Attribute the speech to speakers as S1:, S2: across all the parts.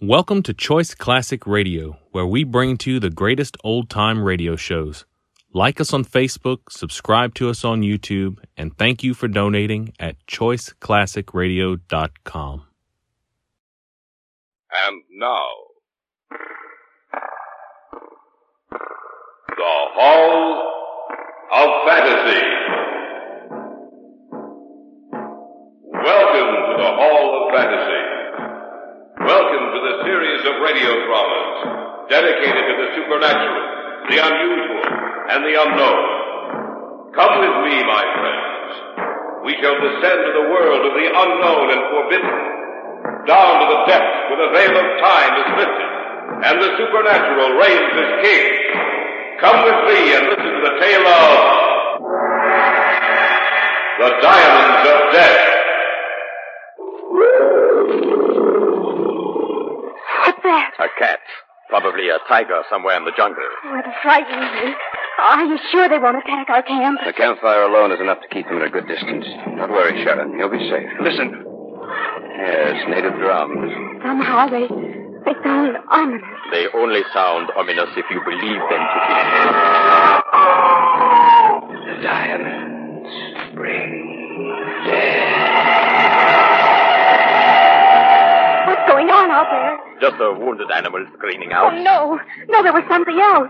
S1: Welcome to Choice Classic Radio, where we bring to you the greatest old time radio shows. Like us on Facebook, subscribe to us on YouTube, and thank you for donating at choiceclassicradio.com.
S2: And now, the Hall of Fantasy. Welcome to the Hall of Fantasy. Welcome to the series of radio dramas dedicated to the supernatural, the unusual, and the unknown. Come with me, my friends. We shall descend to the world of the unknown and forbidden, down to the depths where the veil of time is lifted, and the supernatural reigns as king. Come with me and listen to the tale of the Diamonds of Death.
S3: What's that?
S4: A cat. Probably a tiger somewhere in the jungle.
S3: Oh, it frightens me. Are you sure they won't attack our camp?
S5: The campfire alone is enough to keep them at a good distance. Don't worry, Sharon. You'll be safe. Listen. Yes, native drums.
S3: Somehow they they sound ominous.
S4: They only sound ominous if you believe them to
S5: The diamonds bring
S3: What's going on out there?
S4: be. Just a wounded animal screaming
S3: Oh
S4: out.
S3: no, no, there was something else.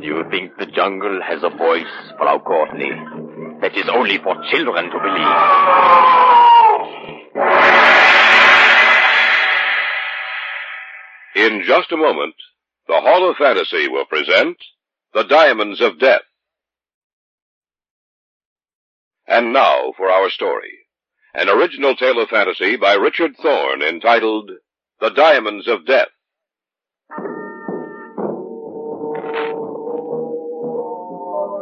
S4: Do you think the jungle has a voice, Frau Courtney? That is only for children to believe.
S2: In just a moment, the Hall of Fantasy will present The Diamonds of Death. And now for our story. An original tale of fantasy by Richard Thorne entitled The Diamonds of Death.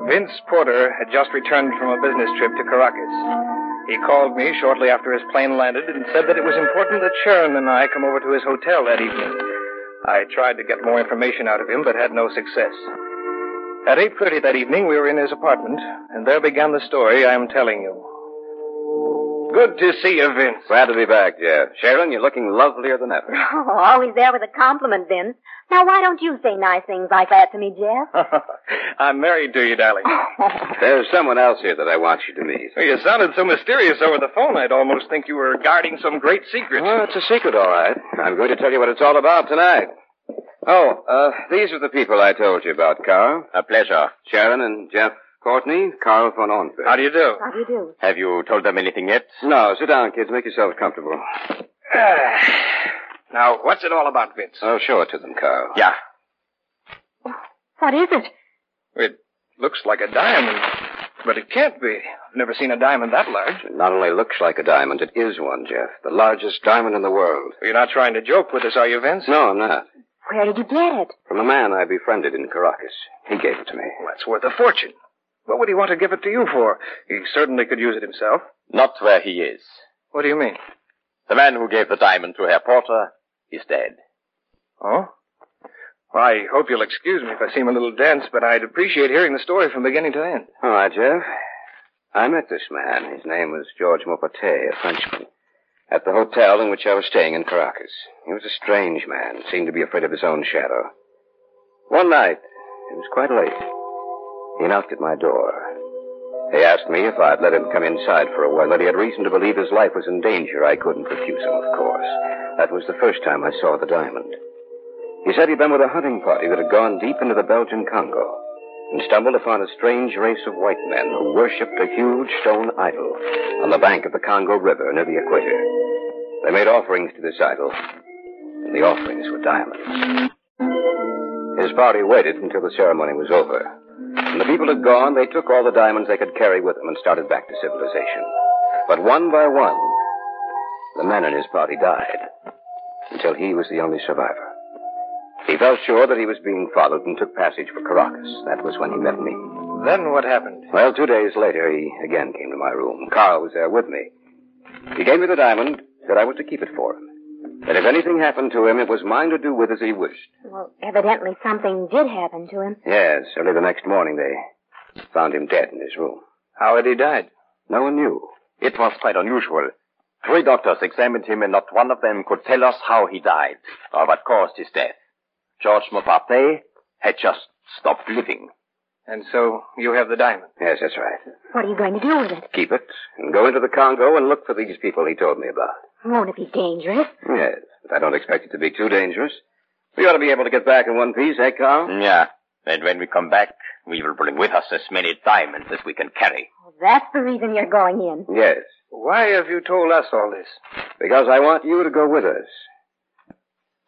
S6: Vince Porter had just returned from a business trip to Caracas. He called me shortly after his plane landed and said that it was important that Sharon and I come over to his hotel that evening. I tried to get more information out of him, but had no success. At 8.30 that evening, we were in his apartment, and there began the story I am telling you. Good to see you, Vince.
S5: Glad to be back, Jeff. Sharon, you're looking lovelier than ever.
S3: Oh, always there with a compliment, Vince. Now why don't you say nice things like that to me, Jeff?
S6: I'm married to you, darling.
S5: There's someone else here that I want you to meet.
S6: You sounded so mysterious over the phone, I'd almost think you were guarding some great secret.
S5: Well, it's a secret, all right. I'm going to tell you what it's all about tonight. Oh, uh, these are the people I told you about, Carl.
S4: A pleasure.
S5: Sharon and Jeff Courtney, Carl von Ornberg.
S6: How do you do?
S3: How do you do?
S4: Have you told them anything yet?
S5: No, sit down, kids. Make yourselves comfortable.
S6: now, what's it all about, Vince?
S5: I'll show it to them, Carl.
S4: Yeah.
S3: What is it?
S6: It looks like a diamond, but it can't be. I've never seen a diamond that large.
S5: It not only looks like a diamond, it is one, Jeff. The largest diamond in the world.
S6: You're not trying to joke with us, are you, Vince?
S5: No, I'm not.
S3: Where did you get it?
S5: From a man I befriended in Caracas. He gave it to me.
S6: Well, that's worth a fortune. What would he want to give it to you for? He certainly could use it himself.
S4: Not where he is.
S6: What do you mean?
S4: The man who gave the diamond to Herr Porter is dead.
S6: Oh? Well, I hope you'll excuse me if I seem a little dense, but I'd appreciate hearing the story from beginning to end.
S5: All right, Jeff. I met this man. His name was George Mauperté, a Frenchman, at the hotel in which I was staying in Caracas. He was a strange man, seemed to be afraid of his own shadow. One night, it was quite late, he knocked at my door. He asked me if I'd let him come inside for a while, that he had reason to believe his life was in danger. I couldn't refuse him, of course. That was the first time I saw the diamond. He said he'd been with a hunting party that had gone deep into the Belgian Congo and stumbled upon a strange race of white men who worshipped a huge stone idol on the bank of the Congo River near the equator. They made offerings to this idol, and the offerings were diamonds. His party waited until the ceremony was over. When the people had gone, they took all the diamonds they could carry with them and started back to civilization. But one by one, the men in his party died until he was the only survivor. He felt sure that he was being followed and took passage for Caracas. That was when he met me.
S6: Then what happened?
S5: Well, two days later, he again came to my room. Carl was there with me. He gave me the diamond, said I was to keep it for him. That if anything happened to him, it was mine to do with as he wished.
S3: Well, evidently something did happen to him.
S5: Yes, early the next morning, they found him dead in his room.
S6: How had he died?
S5: No one knew.
S4: It was quite unusual. Three doctors examined him, and not one of them could tell us how he died or what caused his death. George Moparte had just stopped living.
S6: And so you have the diamond.
S5: Yes, that's right.
S3: What are you going to do with it?
S5: Keep it and go into the Congo and look for these people he told me about.
S3: Won't it be dangerous?
S5: Yes, but I don't expect it to be too dangerous. We ought to be able to get back in one piece, eh, Carl?
S4: Yeah. And when we come back, we will bring with us as many diamonds as we can carry.
S3: That's the reason you're going in.
S5: Yes,
S6: Why have you told us all this?
S5: because I want you to go with us.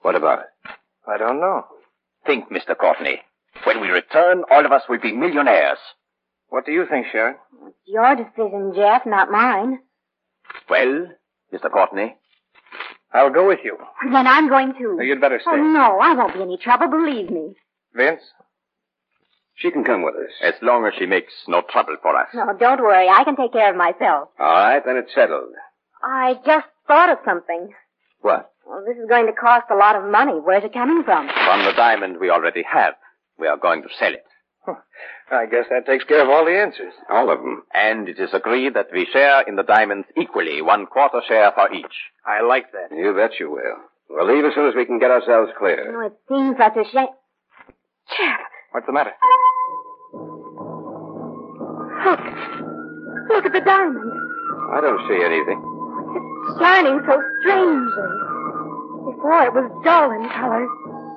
S5: What about it?
S6: I don't know.
S4: Think, Mr. Courtney. When we return, all of us will be millionaires.
S6: What do you think, Sharon?
S3: It's your decision, Jeff, not mine.
S4: Well, Mr. Courtney,
S6: I'll go with you.
S3: Then I'm going too.
S6: No, You'd better
S3: Oh,
S6: stay.
S3: no, I won't be any trouble, believe me.
S6: Vince?
S5: She can come with us.
S4: as long as she makes no trouble for us.
S3: No, don't worry. I can take care of myself.
S5: All right, then it's settled.
S3: I just thought of something.
S5: What?
S3: Well, this is going to cost a lot of money. Where's it coming from?
S4: From the diamond we already have, we are going to sell it.
S6: I guess that takes care of all the answers.
S5: All of them.
S4: And it is agreed that we share in the diamonds equally, one quarter share for each.
S6: I like that.
S5: You bet you will. We'll leave as soon as we can get ourselves clear.
S3: Oh, it seems such a shame. Jeff,
S6: What's the matter?
S3: look. Look at the diamond.
S5: I don't see anything.
S3: Shining so strangely. Before it was dull in color,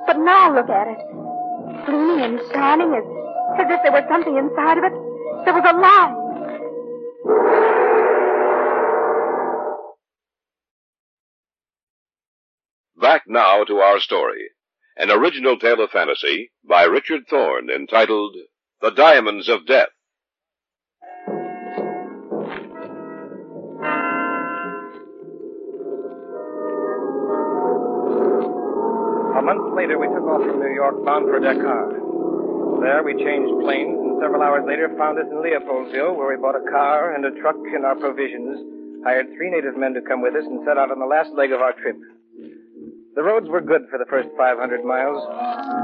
S3: but now look at it. Gleaming and shining as, as if there was something inside of it that was alive.
S2: Back now to our story. An original tale of fantasy by Richard Thorne entitled The Diamonds of Death.
S6: A month later, we took off from New York bound for Dakar. There, we changed planes, and several hours later, found us in Leopoldville, where we bought a car and a truck and our provisions, hired three native men to come with us, and set out on the last leg of our trip. The roads were good for the first 500 miles,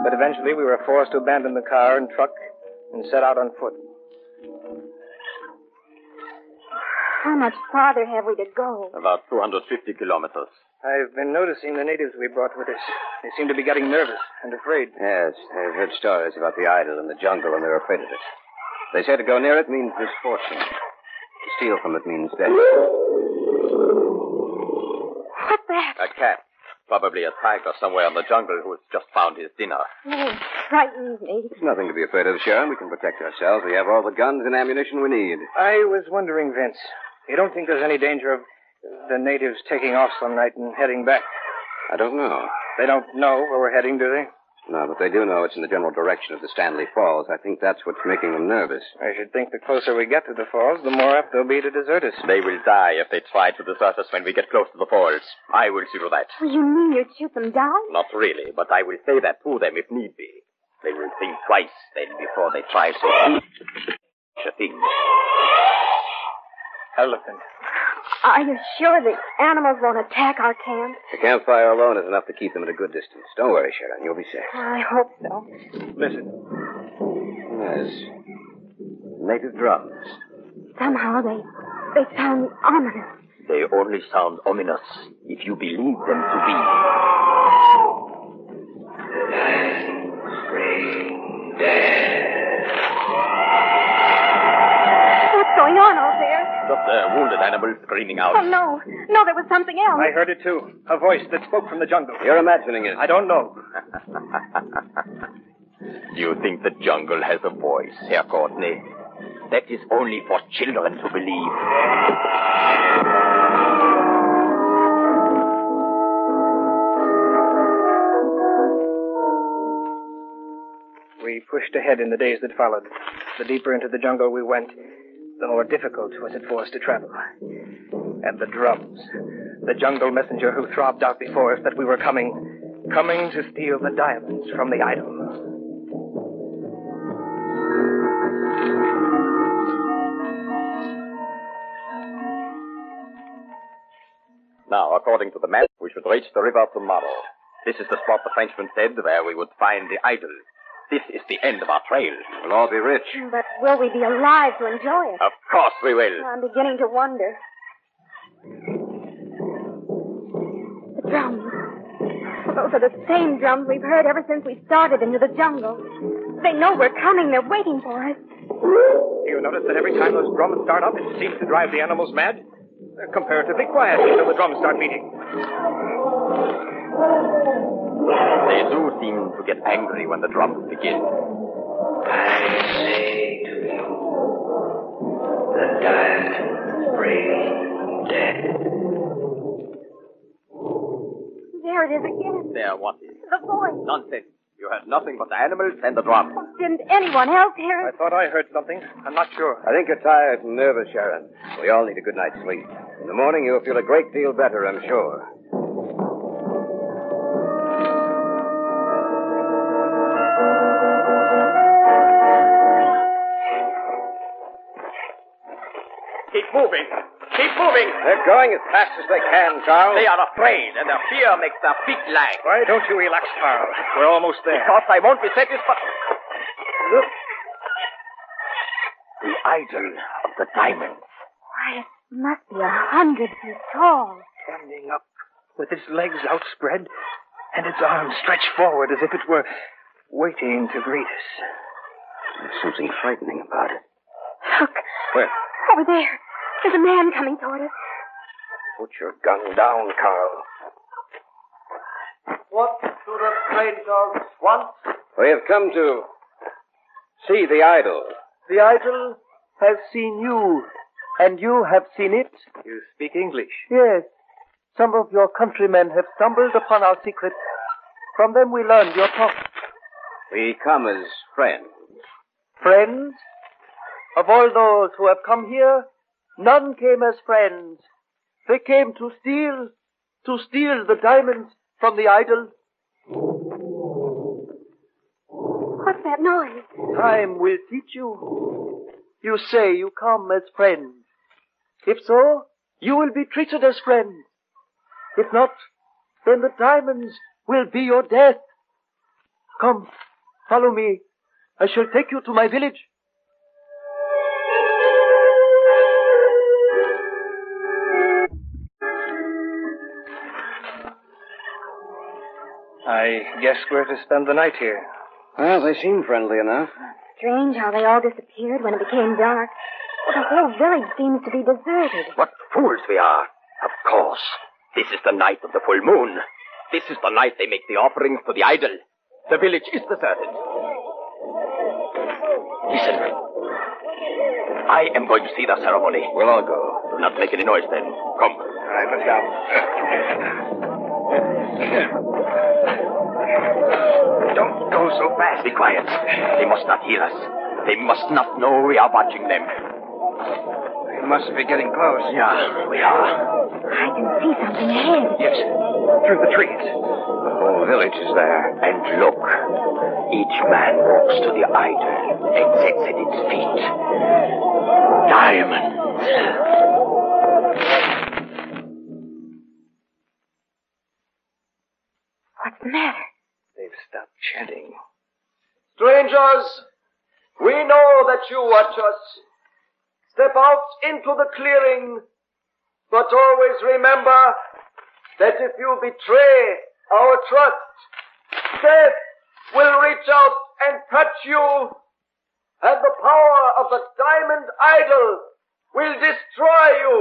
S6: but eventually we were forced to abandon the car and truck and set out on foot.
S3: How much farther have we to go?
S4: About 250 kilometers.
S6: I've been noticing the natives we brought with us. They seem to be getting nervous and afraid.
S5: Yes, I've heard stories about the idol in the jungle, and they're afraid of it. They say to go near it means misfortune. To steal from it means death.
S3: What's that?
S4: A cat, probably a tiger somewhere in the jungle who has just found his dinner.
S3: Oh, it frightens me.
S5: There's nothing to be afraid of, Sharon. We can protect ourselves. We have all the guns and ammunition we need.
S6: I was wondering, Vince, you don't think there's any danger of the natives taking off some night and heading back?
S5: I don't know.
S6: They don't know where we're heading, do they?
S5: No, but they do know it's in the general direction of the Stanley Falls. I think that's what's making them nervous.
S6: I should think the closer we get to the falls, the more apt they'll be to desert us.
S4: They will die if they try to desert us when we get close to the falls. I will see to that.
S3: Well, you mean you'd shoot them down?
S4: Not really, but I will say that to them if need be. They will think twice then before they try so such a thing.
S6: Elephant.
S3: Are you sure the animals won't attack our camp?
S5: The campfire alone is enough to keep them at a good distance. Don't worry, Sharon. You'll be safe.
S3: I hope so.
S6: Listen.
S5: Yes. Native drums.
S3: Somehow they they sound ominous.
S4: They only sound ominous if you believe them to be.
S3: What's going on out there?
S4: Just a wounded animal screaming
S3: Oh
S4: out.
S3: no, no, there was something else.
S6: I heard it too. A voice that spoke from the jungle.
S5: You're imagining it.
S6: I don't know.
S4: You think the jungle has a voice, Herr Courtney? That is only for children to believe.
S6: We pushed ahead in the days that followed. The deeper into the jungle we went, the more difficult was it for us to travel. And the drums. The jungle messenger who throbbed out before us that we were coming, coming to steal the diamonds from the idol.
S4: Now, according to the map, we should reach the river tomorrow. This is the spot the Frenchman said where we would find the idol. This is the end of our trail.
S5: We'll all be rich.
S3: But will we be alive to enjoy it?
S4: Of course we will.
S3: I'm beginning to wonder. drums. Those are the same drums we've heard ever since we started into the jungle. They know we're coming. They're waiting for us.
S6: You notice that every time those drums start up, it seems to drive the animals mad? They're comparatively quiet until the drums start beating.
S4: They do seem to get angry when the drums begin.
S7: I say to you, the time brings death.
S3: There it is again.
S4: There, what is?
S3: The voice.
S4: Nonsense. You heard nothing but the animals and the drums.
S3: Didn't anyone else hear
S6: I
S3: it?
S6: thought I heard something. I'm not sure.
S5: I think you're tired and nervous, Sharon. We all need a good night's sleep. In the morning, you'll feel a great deal better, I'm sure.
S4: Keep moving. Keep moving.
S5: They're going as fast as they can, Charles.
S4: They are afraid, and their fear makes their feet lag.
S6: Why don't you relax, Carl? We're almost there.
S4: Because I won't be satisfied. Look. The idol of the diamonds.
S3: Why, it must be a hundred feet tall.
S6: standing up with its legs outspread and its arms stretched forward as if it were waiting to greet us.
S5: There's something frightening about it.
S3: Look,
S5: Where?
S3: over there. There's a man coming toward us.
S5: Put your gun down, Carl.
S8: What do the strangers want?
S5: We have come to see the idol.
S8: The idol has seen you, and you have seen it.
S6: You speak English.
S8: Yes, some of your countrymen have stumbled upon our secret. From them we learned your talk.
S5: We come as friends.
S8: Friends? Of all those who have come here, none came as friends. They came to steal, to steal the diamonds from the idol.
S3: What's that noise?
S8: Time will teach you. You say you come as friends. If so, you will be treated as friends. If not, then the diamonds will be your death. Come, follow me. I shall take you to my village.
S6: I guess we're to spend the night here.
S5: Well, they seem friendly enough.
S3: Strange how they all disappeared when it became dark. Well, the whole village seems to be deserted.
S4: What fools we are. Of course. This is the night of the full moon. This is the night they make the offerings to the idol. The village is deserted. Listen. I am going to see the ceremony.
S5: We'll all go.
S4: Do not make any noise then. Come.
S5: All right, let's go.
S4: Don't go so fast. Be quiet. They must not hear us. They must not know we are watching them.
S5: They must be getting close.
S4: Yeah, we are.
S3: I can see something ahead.
S4: Yes, through the trees.
S5: The whole village is there.
S4: And look, each man walks to the idol and sits at its feet. Diamonds.
S3: What's the matter?
S4: They've stopped chanting.
S8: Strangers, we know that you watch us. Step out into the clearing, but always remember that if you betray our trust, death will reach out and touch you, and the power of the diamond idol will destroy you,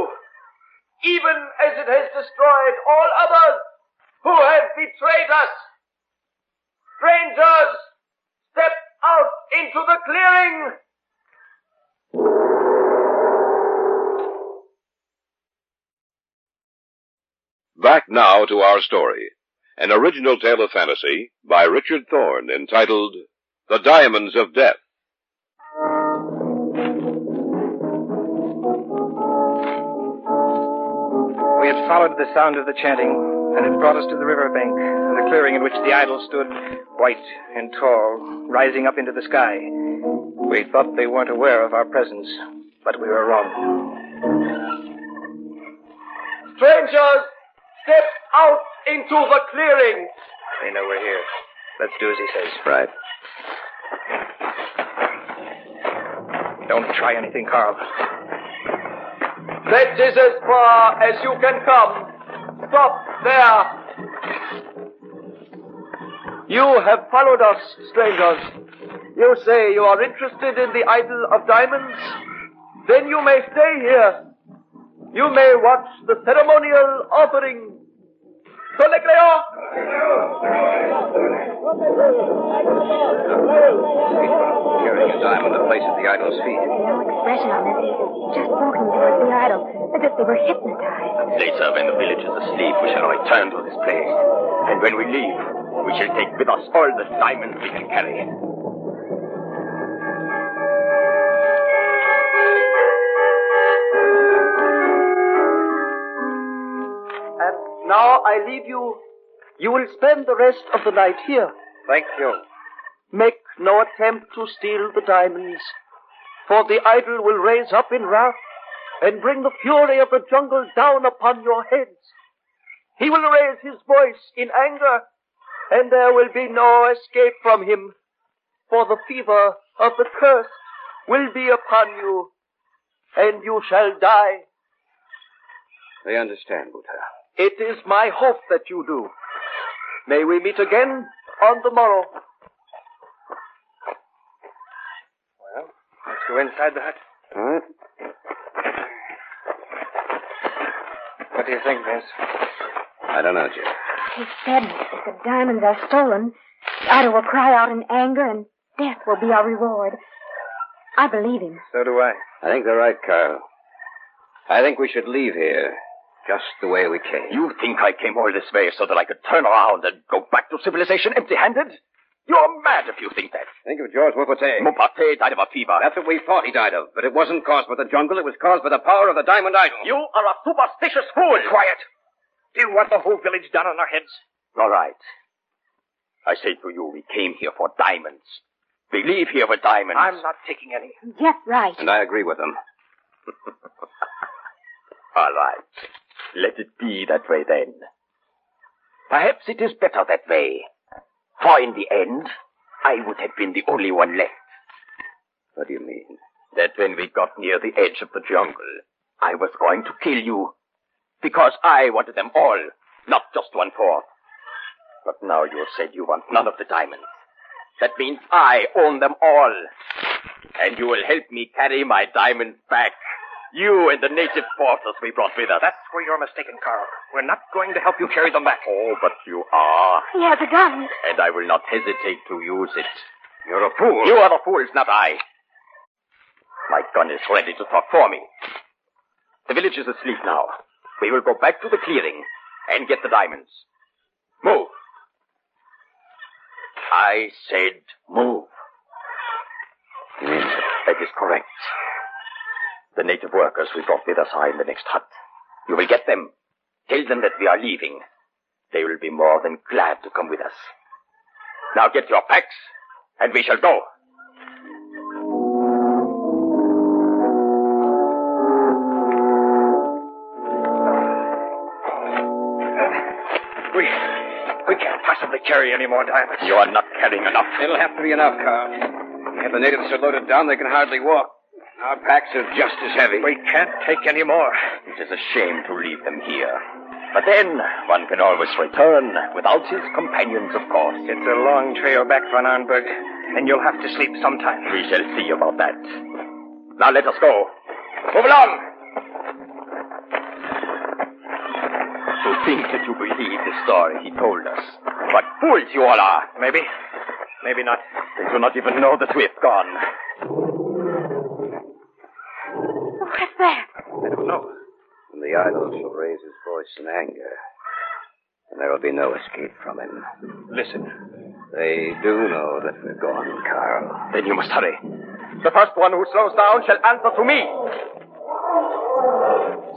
S8: even as it has destroyed all others who have betrayed us. Strangers, step out into the clearing.
S2: Back now to our story, an original tale of fantasy by Richard Thorne entitled The Diamonds of Death.
S6: We had followed the sound of the chanting, and it brought us to the riverbank and the clearing in which the idol stood, white and tall, rising up into the sky. We thought they weren't aware of our presence, but we were wrong.
S8: Strangers, step out into the clearing.
S6: They know we're here. Let's do as he says.
S5: Right.
S6: Don't try anything, Carl.
S8: That is as far as you can come. Stop there. You have followed us, strangers. You say you are interested in the idol of diamonds? Then you may stay here. You may watch the ceremonial offering. Solecleo!
S5: Carrying a diamond and place at the idol's feet.
S3: No expression on it. Just walking towards the idol, as if they were hypnotized.
S4: Later, when the village is asleep, we shall return to this place. And when we leave, we shall take with us all the diamonds we can carry.
S8: And now I leave you. You will spend the rest of the night here.
S6: Thank you.
S8: Make no attempt to steal the diamonds, for the idol will raise up in wrath and bring the fury of the jungle down upon your heads. He will raise his voice in anger, and there will be no escape from him, for the fever of the curse will be upon you, and you shall die.
S5: They understand, Buddha.
S8: It is my hope that you do. May we meet again on the morrow.
S6: Let's go inside the hut.
S5: All right.
S6: What do you think, Vince?
S5: I don't know, Jim.
S3: He said if the diamonds are stolen, the idol will cry out in anger and death will be our reward. I believe him.
S6: So do I.
S5: I think they're right, Carl. I think we should leave here just the way we came.
S4: You think I came all this way so that I could turn around and go back to civilization empty handed? You're mad if you think that.
S5: think of George Wapate.
S4: Mopate died of a fever.
S5: That's what we thought he died of, but it wasn't caused by the jungle. It was caused by the power of the diamond idol.
S4: You are a superstitious fool. Quiet. Do you want the whole village down on our heads? All right. I say to you, we came here for diamonds. We leave here with diamonds.
S7: I'm not taking any.
S3: Just right.
S5: And I agree with them.
S4: All right. Let it be that way then. Perhaps it is better that way. For in the end, I would have been the only one left.
S5: What do you mean?
S4: That when we got near the edge of the jungle, I was going to kill you. Because I wanted them all, not just one fourth. But now you said you want none of the diamonds. That means I own them all. And you will help me carry my diamonds back. You and the native forces we brought with us.
S7: That's where you're mistaken, Carl. We're not going to help you carry them back.
S4: Oh, but you are,
S3: He has a gun.
S4: and I will not hesitate to use it.
S5: You're a fool.
S4: You are the fools, not I. My gun is ready to talk for me. The village is asleep now. We will go back to the clearing and get the diamonds. Move. I said move.
S5: You mean
S4: That is correct. The native workers we brought with us are in the next hut. You will get them. Tell them that we are leaving. They will be more than glad to come with us. Now get your packs, and we shall go.
S7: We, we can't possibly carry any more diamonds.
S4: You are not carrying enough.
S5: It'll have to be enough, Carl. If the natives are loaded down, they can hardly walk. Our packs are just as heavy.
S7: We can't take any more.
S4: It is a shame to leave them here. But then, one can always return, without his companions, of course.
S6: It's a long trail back, Von Arnberg, and you'll have to sleep sometime.
S4: We shall see about that. Now let us go. Move along! To think that you believe the story he told us. What fools you all are!
S6: Maybe. Maybe not.
S4: They do not even know that we have gone.
S3: What's that?
S6: I don't know.
S5: And the idol shall raise his voice in anger. And there will be no escape from him.
S6: Listen.
S5: They do know that we're gone, Carl.
S4: Then you must hurry. The first one who slows down shall answer to me.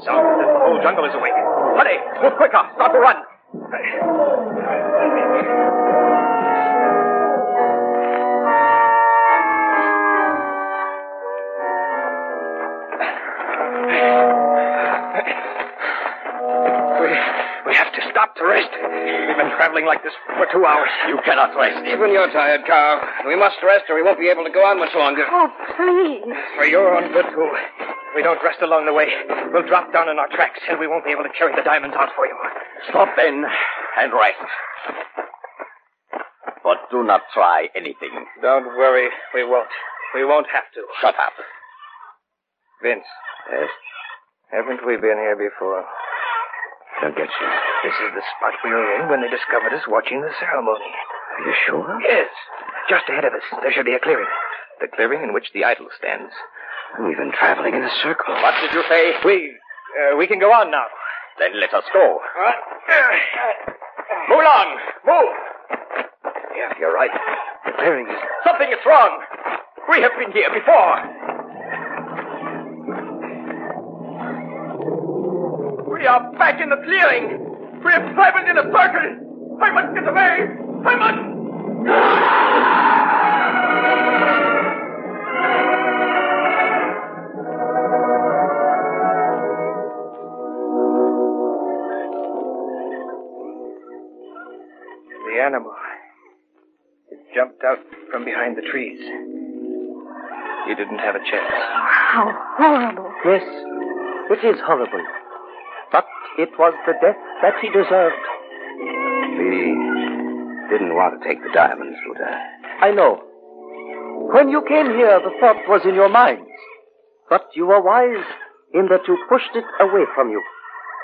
S6: Sounds like the whole jungle is awake.
S4: Hurry! Move quicker! Start to run!
S6: We have to stop to rest. We've been traveling like this for two hours.
S4: You cannot rest.
S5: Even you're tired, Carl. We must rest or we won't be able to go on much longer.
S3: Oh, please.
S6: For your own good, too. If we don't rest along the way, we'll drop down in our tracks, and we won't be able to carry the diamonds out for you.
S9: Stop then and rest. But do not try anything.
S6: Don't worry, we won't. We won't have to.
S9: Shut up.
S6: Vince.
S4: Yes?
S6: Haven't we been here before?
S4: Don't get you.
S6: This is the spot we were in when they discovered us watching the ceremony.
S4: Are you sure?
S6: Yes. Just ahead of us, there should be a clearing. The clearing in which the idol stands.
S4: We've been traveling in a circle.
S9: What did you say?
S6: We, uh, we can go on now.
S9: Then let us go.
S6: Move along! Move!
S4: Yeah, you're right. The clearing is.
S6: Something is wrong! We have been here before! We are back in the clearing! We have traveled in a circle! I must get away! I must! The animal. It jumped out from behind the trees. You didn't have a chance.
S10: How horrible.
S8: Yes, it is horrible. But it was the death that he deserved.
S4: We didn't want to take the diamonds, Luda.
S8: I know. When you came here, the thought was in your minds. But you were wise in that you pushed it away from you.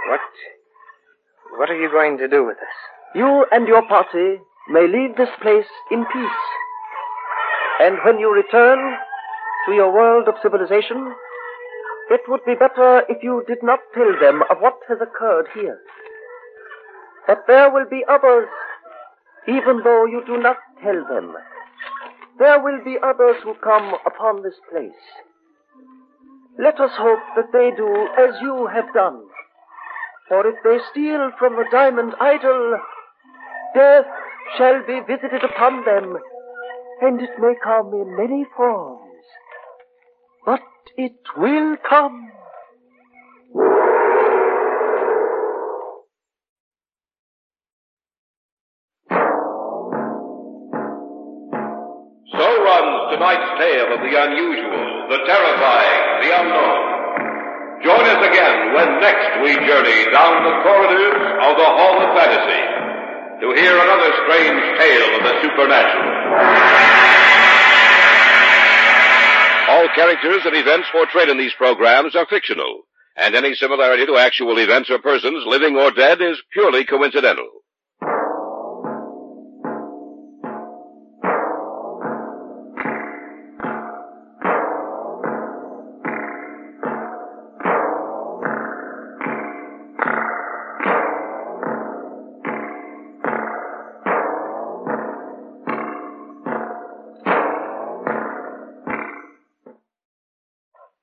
S6: What? What are you going to do with us?
S8: You and your party may leave this place in peace. And when you return to your world of civilization, it would be better if you did not tell them of what has occurred here. But there will be others, even though you do not tell them. There will be others who come upon this place. Let us hope that they do as you have done. For if they steal from the diamond idol, death shall be visited upon them, and it may come in many forms. But it will come.
S2: So runs tonight's tale of the unusual, the terrifying, the unknown. Join us again when next we journey down the corridors of the Hall of Fantasy to hear another strange tale of the supernatural. All characters and events portrayed in these programs are fictional, and any similarity to actual events or persons, living or dead, is purely coincidental.